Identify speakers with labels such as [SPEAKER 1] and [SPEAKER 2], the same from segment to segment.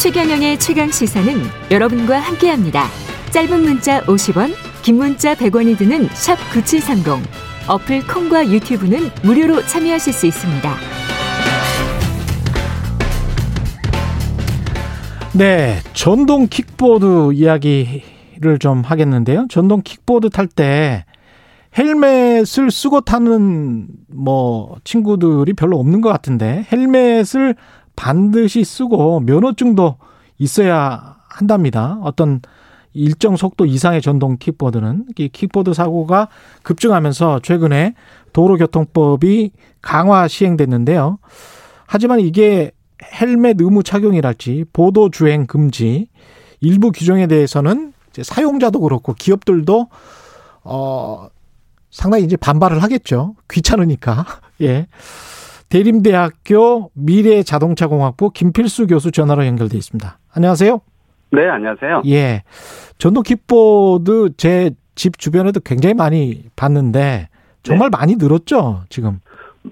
[SPEAKER 1] 최경영의 최강 시사는 여러분과 함께합니다. 짧은 문자 50원, 긴 문자 100원이 드는 샵 #9730 어플 콩과 유튜브는 무료로 참여하실 수 있습니다.
[SPEAKER 2] 네, 전동 킥보드 이야기를 좀 하겠는데요. 전동 킥보드 탈 때 헬멧을 쓰고 타는 뭐 친구들이 별로 없는 것 같은데 헬멧을 반드시 쓰고 면허증도 있어야 한답니다. 어떤 일정 속도 이상의 전동 킥보드는 이 킥보드 사고가 급증하면서 최근에 도로교통법이 강화 시행됐는데요. 하지만 이게 헬멧 의무 착용이랄지 보도 주행 금지 일부 규정에 대해서는 이제 사용자도 그렇고 기업들도 어 상당히 이제 반발을 하겠죠. 귀찮으니까. 예. 대림대학교 미래자동차공학부 김필수 교수 전화로 연결돼 있습니다. 안녕하세요.
[SPEAKER 3] 네, 안녕하세요.
[SPEAKER 2] 예. 전동 킥보드 제 집 주변에도 굉장히 많이 봤는데 정말 많이 늘었죠, 지금.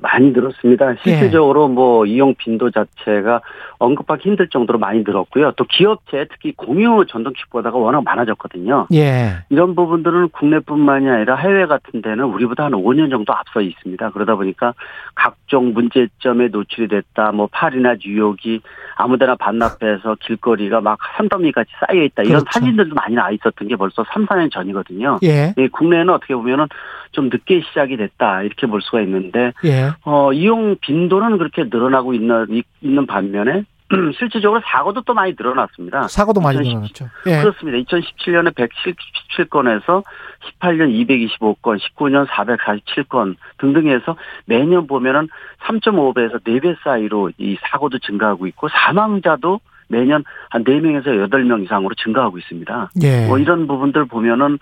[SPEAKER 3] 많이
[SPEAKER 2] 예.
[SPEAKER 3] 늘었습니다. 실질적으로 뭐 이용 빈도 자체가 언급하기 힘들 정도로 많이 늘었고요. 또 기업체 특히 공유 전동 킥보드가 워낙 많아졌거든요.
[SPEAKER 2] 예.
[SPEAKER 3] 이런 부분들은 국내뿐만이 아니라 해외 같은 데는 우리보다 한 5년 정도 앞서 있습니다. 그러다 보니까 각종 문제점에 노출이 됐다. 뭐 파리나 뉴욕이 아무데나 반납해서 길거리가 막 산더미같이 쌓여 있다. 이런
[SPEAKER 2] 그렇죠.
[SPEAKER 3] 사진들도 많이 나 있었던 게 벌써 3, 4년 전이거든요.
[SPEAKER 2] 예.
[SPEAKER 3] 예, 국내에는 어떻게 보면은 좀 늦게 시작이 됐다 이렇게 볼 수가 있는데
[SPEAKER 2] 예.
[SPEAKER 3] 어 이용 빈도는 그렇게 늘어나고 있는 이- 있는 반면에 실질적으로 사고도 또 많이 늘어났습니다.
[SPEAKER 2] 사고도 많이
[SPEAKER 3] 2017
[SPEAKER 2] 늘어났죠. 예.
[SPEAKER 3] 그렇습니다. 2017년에 177건에서 18년 225건, 19년 447건 등등해서 매년 보면은 3.5배에서 4배 사이로 이 사고도 증가하고 있고 사망자도 매년 한 4명에서 8명 이상으로 증가하고 있습니다.
[SPEAKER 2] 예.
[SPEAKER 3] 뭐 이런 부분들 보면은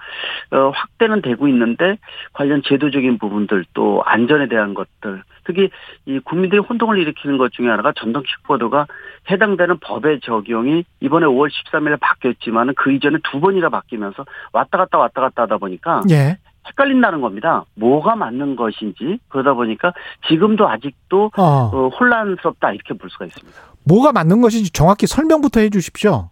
[SPEAKER 3] 어, 확대는 되고 있는데 관련 제도적인 부분들 또 안전에 대한 것들 특히 이 국민들이 혼동을 일으키는 것 중에 하나가 전동 킥보드가 해당되는 법의 적용이 이번에 5월 13일에 바뀌었지만은 그 이전에 두 번이나 바뀌면서 왔다 갔다 왔다 갔다 하다 보니까
[SPEAKER 2] 예.
[SPEAKER 3] 헷갈린다는 겁니다. 뭐가 맞는 것인지 그러다 보니까 지금도 아직도
[SPEAKER 2] 어.
[SPEAKER 3] 어, 혼란스럽다 이렇게 볼 수가 있습니다.
[SPEAKER 2] 뭐가 맞는 것인지 정확히 설명부터 해 주십시오.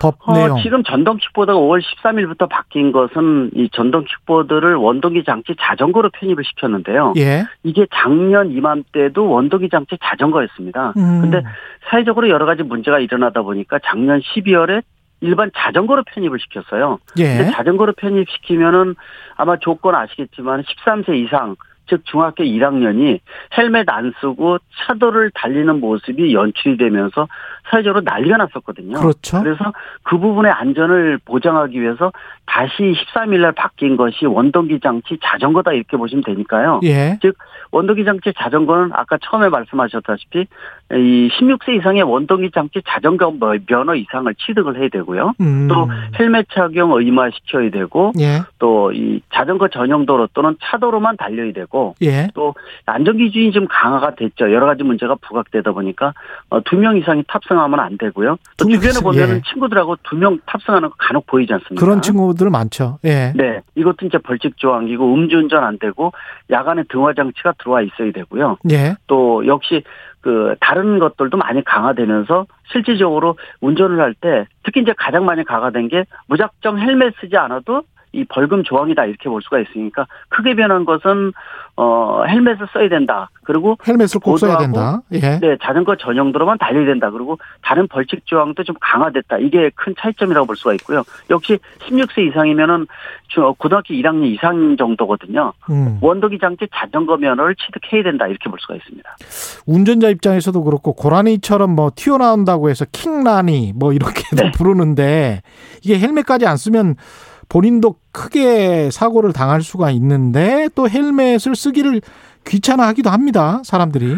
[SPEAKER 2] 법
[SPEAKER 3] 어,
[SPEAKER 2] 내용.
[SPEAKER 3] 지금 전동킥보드가 5월 13일부터 바뀐 것은 이 전동킥보드를 원동기 장치 자전거로 편입을 시켰는데요.
[SPEAKER 2] 예.
[SPEAKER 3] 이게 작년 이맘때도 원동기 장치 자전거였습니다.
[SPEAKER 2] 음.
[SPEAKER 3] 근데 사회적으로 여러 가지 문제가 일어나다 보니까 작년 12월에 일반 자전거로 편입을 시켰어요. 근데
[SPEAKER 2] 예.
[SPEAKER 3] 자전거로 편입시키면은 아마 조건 아시겠지만 13세 이상 즉 중학교 1학년이 헬멧 안 쓰고 차도를 달리는 모습이 연출이 되면서 사회적으로 난리가 났었거든요.
[SPEAKER 2] 그렇죠.
[SPEAKER 3] 그래서 그 부분의 안전을 보장하기 위해서 다시 13일 날 바뀐 것이 원동기 장치 자전거다 이렇게 보시면 되니까요.
[SPEAKER 2] 예.
[SPEAKER 3] 원동기 장치 자전거는 아까 처음에 말씀하셨다시피 이 16세 이상의 원동기 장치 자전거 뭐 면허 이상을 취득을 해야 되고요.
[SPEAKER 2] 음.
[SPEAKER 3] 또 헬멧 착용 의무화시켜야 되고
[SPEAKER 2] 예.
[SPEAKER 3] 또 이 자전거 전용 도로 또는 차도로만 달려야 되고
[SPEAKER 2] 예.
[SPEAKER 3] 안전 기준이 좀 강화가 됐죠. 여러 가지 문제가 부각되다 보니까 어, 두 명 이상이 탑승하면 안 되고요. 또
[SPEAKER 2] 두명
[SPEAKER 3] 주변에
[SPEAKER 2] 이상,
[SPEAKER 3] 보면
[SPEAKER 2] 예.
[SPEAKER 3] 은 친구들하고 두 명 탑승하는 거 간혹 보이지 않습니까?
[SPEAKER 2] 그런 친구들 많죠. 예.
[SPEAKER 3] 네, 이것도 이제 벌칙 조항이고 음주운전 안 되고 야간에 등화 장치가 들어와 있어야 되고요.
[SPEAKER 2] 예.
[SPEAKER 3] 또 역시 그 다른 것들도 많이 강화되면서 실질적으로 운전을 할 때 특히 이제 가장 많이 강화된 게 무작정 헬멧 쓰지 않아도 이 벌금 조항이다 이렇게 볼 수가 있으니까 크게 변한 것은 어 헬멧을 써야 된다. 그리고
[SPEAKER 2] 헬멧을 꼭 써야
[SPEAKER 3] 보도하고,
[SPEAKER 2] 된다. 예.
[SPEAKER 3] 네, 자전거 전용도로만 달려야 된다. 그리고 다른 벌칙 조항도 좀 강화됐다. 이게 큰 차이점이라고 볼 수가 있고요. 역시 16세 이상이면은 저 고등학교 1학년 이상 정도거든요.
[SPEAKER 2] 음.
[SPEAKER 3] 원더기 장치 자전거 면허를 취득해야 된다. 이렇게 볼 수가 있습니다.
[SPEAKER 2] 운전자 입장에서도 그렇고 고라니처럼 뭐 튀어나온다고 해서 킹라니 뭐 이렇게도
[SPEAKER 3] 네.
[SPEAKER 2] 부르는데 이게 헬멧까지 안 쓰면 본인도 크게 사고를 당할 수가 있는데 또 헬멧을 쓰기를 귀찮아하기도 합니다. 사람들이.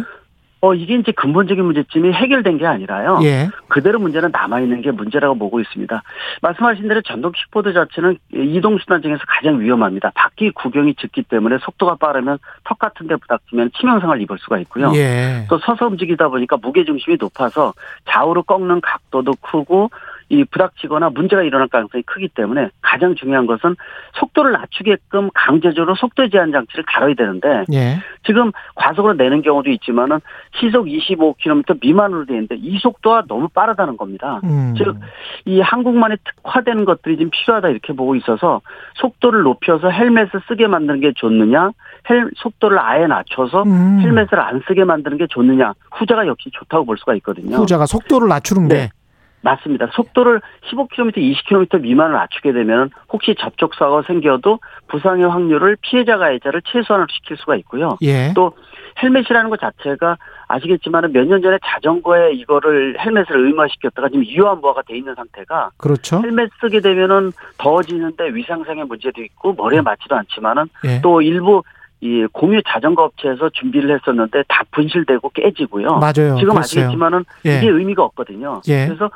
[SPEAKER 3] 어, 이게 이제 근본적인 문제점이 해결된 게 아니라요.
[SPEAKER 2] 예.
[SPEAKER 3] 그대로 문제는 남아있는 게 문제라고 보고 있습니다. 말씀하신 대로 전동 킥보드 자체는 이동수단 중에서 가장 위험합니다. 바퀴 구경이 짙기 때문에 속도가 빠르면 턱 같은 데 부닥치면 치명상을 입을 수가 있고요.
[SPEAKER 2] 예.
[SPEAKER 3] 또 서서 움직이다 보니까 무게 중심이 높아서 좌우로 꺾는 각도도 크고 이 부닥치거나 문제가 일어날 가능성이 크기 때문에 가장 중요한 것은 속도를 낮추게끔 강제적으로 속도 제한 장치를 달아야 되는데
[SPEAKER 2] 예.
[SPEAKER 3] 지금 과속으로 내는 경우도 있지만은 시속 25km 미만으로 돼 있는데 이 속도가 너무 빠르다는 겁니다.
[SPEAKER 2] 음.
[SPEAKER 3] 즉, 이 한국만의 특화된 것들이 지금 필요하다 이렇게 보고 있어서 속도를 높여서 헬멧을 쓰게 만드는 게 좋느냐, 헬 속도를 아예 낮춰서
[SPEAKER 2] 음.
[SPEAKER 3] 헬멧을 안 쓰게 만드는 게 좋느냐 후자가 역시 좋다고 볼 수가 있거든요.
[SPEAKER 2] 후자가 속도를 낮추는
[SPEAKER 3] 네.
[SPEAKER 2] 게
[SPEAKER 3] 맞습니다. 속도를 15km, 20km 미만을 낮추게 되면 혹시 접촉 사고가 생겨도 부상의 확률을 피해자 가해자를 최소한으로 시킬 수가 있고요.
[SPEAKER 2] 예.
[SPEAKER 3] 또 헬멧이라는 것 자체가 아시겠지만 몇 년 전에 자전거에 이거를 헬멧을 의무화시켰다가 지금 유한부화가 돼 있는 상태가
[SPEAKER 2] 그렇죠.
[SPEAKER 3] 헬멧 쓰게 되면은 더워지는데 위상상의 문제도 있고 머리에 맞지도 않지만은
[SPEAKER 2] 예.
[SPEAKER 3] 또 일부 이 공유 자전거 업체에서 준비를 했었는데 다 분실되고 깨지고요.
[SPEAKER 2] 맞아요.
[SPEAKER 3] 지금
[SPEAKER 2] 그랬어요.
[SPEAKER 3] 아시겠지만은
[SPEAKER 2] 예.
[SPEAKER 3] 이게 의미가 없거든요.
[SPEAKER 2] 예.
[SPEAKER 3] 그래서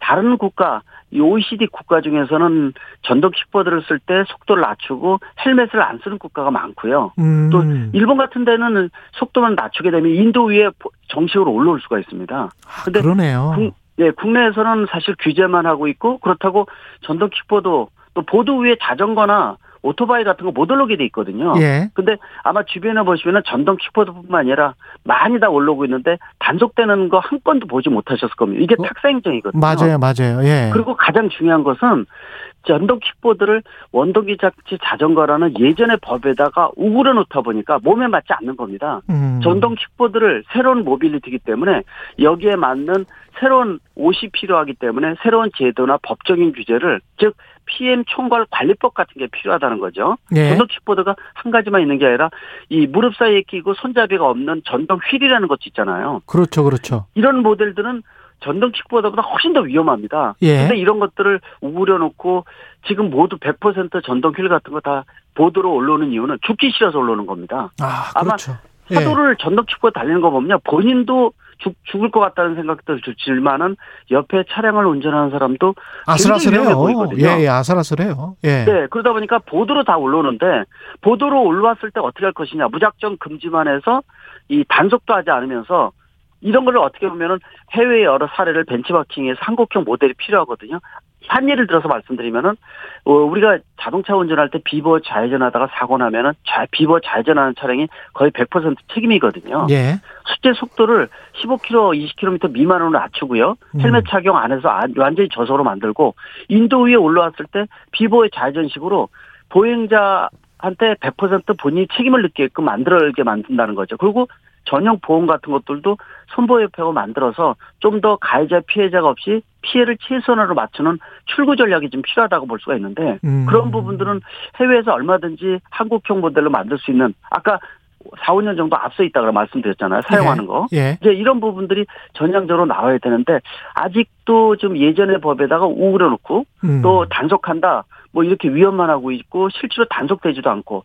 [SPEAKER 3] 다른 국가, 이 OECD 국가 중에서는 전동 킥보드를 쓸 때 속도를 낮추고 헬멧을 안 쓰는 국가가 많고요.
[SPEAKER 2] 음.
[SPEAKER 3] 또 일본 같은 데는 속도만 낮추게 되면 인도 위에 정식으로 올라올 수가 있습니다.
[SPEAKER 2] 아,
[SPEAKER 3] 근데
[SPEAKER 2] 그러네요.
[SPEAKER 3] 국- 예, 국내에서는 사실 규제만 하고 있고 그렇다고 전동 킥보드 또 보드 위에 자전거나 오토바이 같은 거 못 올라오게 돼 있거든요.
[SPEAKER 2] 예.
[SPEAKER 3] 근데 아마 주변에 보시면은 전동 킥보드뿐만 아니라 많이 다 올라오고 있는데 단속되는 거 한 건도 보지 못하셨을 겁니다. 이게
[SPEAKER 2] 어?
[SPEAKER 3] 탁사행정이거든요.
[SPEAKER 2] 맞아요, 맞아요. 예.
[SPEAKER 3] 그리고 가장 중요한 것은 전동 킥보드를 원동기 장치 자전거라는 예전의 법에다가 우그려 놓다 보니까 몸에 맞지 않는 겁니다.
[SPEAKER 2] 음.
[SPEAKER 3] 전동 킥보드를 새로운 모빌리티이기 때문에 여기에 맞는 새로운 옷이 필요하기 때문에 새로운 제도나 법적인 규제를 즉 PM 총괄 관리법 같은 게 필요하다는 거죠.
[SPEAKER 2] 예.
[SPEAKER 3] 전동 킥보드가 한 가지만 있는 게 아니라 이 무릎 사이에 끼고 손잡이가 없는 전동 휠이라는 것도 있잖아요.
[SPEAKER 2] 그렇죠, 그렇죠.
[SPEAKER 3] 이런 모델들은 전동 킥보드보다 훨씬 더 위험합니다.
[SPEAKER 2] 예.
[SPEAKER 3] 근데 이런 것들을 우려놓고 지금 모두 100% 전동 휠 같은 거 다 보드로 올라오는 이유는 죽기 싫어서 올라오는 겁니다.
[SPEAKER 2] 아,
[SPEAKER 3] 아마
[SPEAKER 2] 그렇죠. 예.
[SPEAKER 3] 파도를 전동 킥보드 달리는 거 보면 본인도 죽, 죽을 것 같다는 생각도 들지만은 옆에 차량을 운전하는 사람도 굉장히 위험해
[SPEAKER 2] 아슬아슬해요.
[SPEAKER 3] 보이거든요.
[SPEAKER 2] 예, 예, 아슬아슬해요. 예.
[SPEAKER 3] 네, 그러다 보니까 보도로 다 올라오는데 보도로 올라왔을 때 어떻게 할 것이냐 무작정 금지만 해서 이 단속도 하지 않으면서 이런 거를 어떻게 보면은 해외의 여러 사례를 벤치마킹해서 한국형 모델이 필요하거든요. 한 예를 들어서 말씀드리면은 어, 우리가 자동차 운전할 때 비보 좌회전하다가 사고 나면은 좌- 비보 좌회전하는 차량이 거의 100% 책임이거든요.
[SPEAKER 2] 예.
[SPEAKER 3] 숙제 속도를 15km, 20km 미만으로 낮추고요.
[SPEAKER 2] 음.
[SPEAKER 3] 헬멧 착용 안 해서 안- 완전히 저속으로 만들고 인도 위에 올라왔을 때 비보의 좌회전식으로 보행자한테 100% 본인이 책임을 느끼게끔 만들게 만든다는 거죠. 그리고 전용 보험 같은 것들도 선보협회가 만들어서 좀 더 가해자 피해자가 없이 피해를 최소한으로 맞추는 출구 전략이 좀 필요하다고 볼 수가 있는데
[SPEAKER 2] 음.
[SPEAKER 3] 그런 부분들은 해외에서 얼마든지 한국형 모델로 만들 수 있는 아까 4, 5년 정도 앞서 있다고 말씀드렸잖아요. 사용하는 거.
[SPEAKER 2] 예.
[SPEAKER 3] 이제 이런 부분들이 전향적으로 나와야 되는데 아직도 좀 예전의 법에다가 우그려 놓고
[SPEAKER 2] 음.
[SPEAKER 3] 또 단속한다 뭐 이렇게 위험만 하고 있고 실제로 단속되지도 않고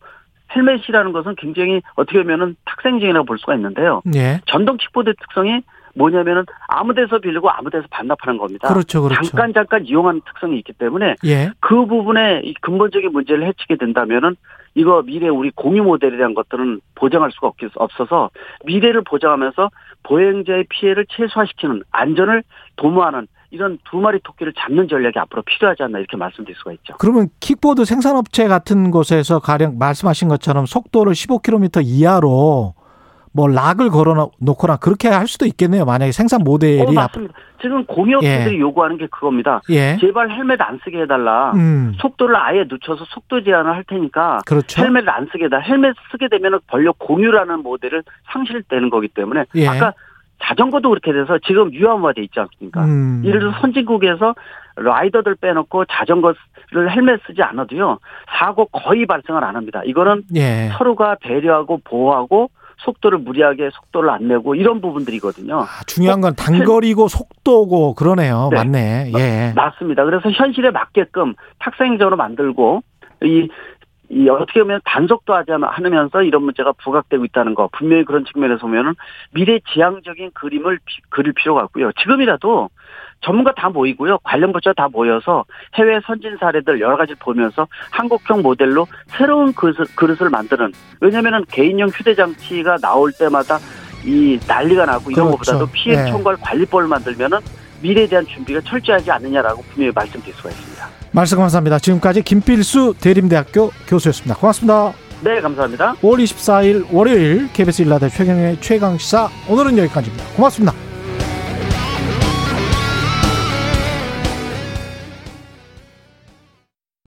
[SPEAKER 3] 헬멧이라는 것은 굉장히 어떻게 보면은 탁생증이라고 볼 수가 있는데요.
[SPEAKER 2] 예.
[SPEAKER 3] 전동 킥보드 특성이 뭐냐면은 아무 데서 빌리고 아무 데서 반납하는 겁니다.
[SPEAKER 2] 그렇죠, 그렇죠.
[SPEAKER 3] 잠깐 잠깐 이용하는 특성이 있기 때문에
[SPEAKER 2] 예.
[SPEAKER 3] 그 부분에 이 근본적인 문제를 해치게 된다면은 이거 미래 우리 공유 모델이라는 것들은 보장할 수가 없, 없어서 미래를 보장하면서 보행자의 피해를 최소화시키는 안전을 도모하는 이런 두 마리 토끼를 잡는 전략이 앞으로 필요하지 않나 이렇게 말씀드릴 수가 있죠.
[SPEAKER 2] 그러면 킥보드 생산업체 같은 곳에서 가령 말씀하신 것처럼 속도를 15km 이하로 뭐 락을 걸어 놓거나 그렇게 할 수도 있겠네요. 만약에 생산
[SPEAKER 3] 어,
[SPEAKER 2] 예, 모델이 앞-
[SPEAKER 3] 맞습니다. 지금 공유업체들이 요구하는 게 그겁니다.
[SPEAKER 2] 예.
[SPEAKER 3] 제발 헬멧 안 쓰게 해달라.
[SPEAKER 2] 음.
[SPEAKER 3] 속도를 아예 늦춰서 속도 제한을 할 테니까
[SPEAKER 2] 그렇죠.
[SPEAKER 3] 헬멧을 안 쓰게 해달라. 헬멧 쓰게 되면 은 벌려 공유라는 모델을 상실되는 거기 때문에
[SPEAKER 2] 예.
[SPEAKER 3] 아까 자전거도 그렇게 돼서 지금 유한화돼 있지 않습니까?
[SPEAKER 2] 음.
[SPEAKER 3] 예를 들어 선진국에서 라이더들 빼놓고 자전거를 헬멧 쓰지 않아도요 사고 거의 발생을 안 합니다. 이거는
[SPEAKER 2] 예.
[SPEAKER 3] 서로가 배려하고 보호하고 속도를 무리하게 속도를 안 내고 이런 부분들이거든요.
[SPEAKER 2] 아, 중요한 건 단거리고 속도고 그러네요.
[SPEAKER 3] 네.
[SPEAKER 2] 맞네. 예.
[SPEAKER 3] 맞습니다. 그래서 현실에 맞게끔 탁상행정으로 만들고 이, 이 어떻게 보면 단속도 하지 않- 않으면서 이런 문제가 부각되고 있다는 거 분명히 그런 측면에서 보면은 미래 지향적인 그림을 비- 그릴 필요가 있고요. 지금이라도 전문가 다 모이고요. 관련 부처 다 모여서 해외 선진 사례들 여러 가지 를 보면서 한국형 모델로 새로운 그릇을, 그릇을 만드는 왜냐면은 개인용 휴대장치가 나올 때마다 이 난리가 나고 이런
[SPEAKER 2] 그렇죠.
[SPEAKER 3] 것보다도
[SPEAKER 2] 예.
[SPEAKER 3] 피해 총괄 관리법을 만들면은 미래에 대한 준비가 철저하지 않느냐라고 분명히 말씀드릴 수가 있습니다.
[SPEAKER 2] 말씀 감사합니다. 지금까지 김필수 대림대학교 교수였습니다. 고맙습니다.
[SPEAKER 3] 네, 감사합니다.
[SPEAKER 2] 5월 24일 월요일 KBS 일라드 최경의 최강시사 오늘은 여기까지입니다. 고맙습니다.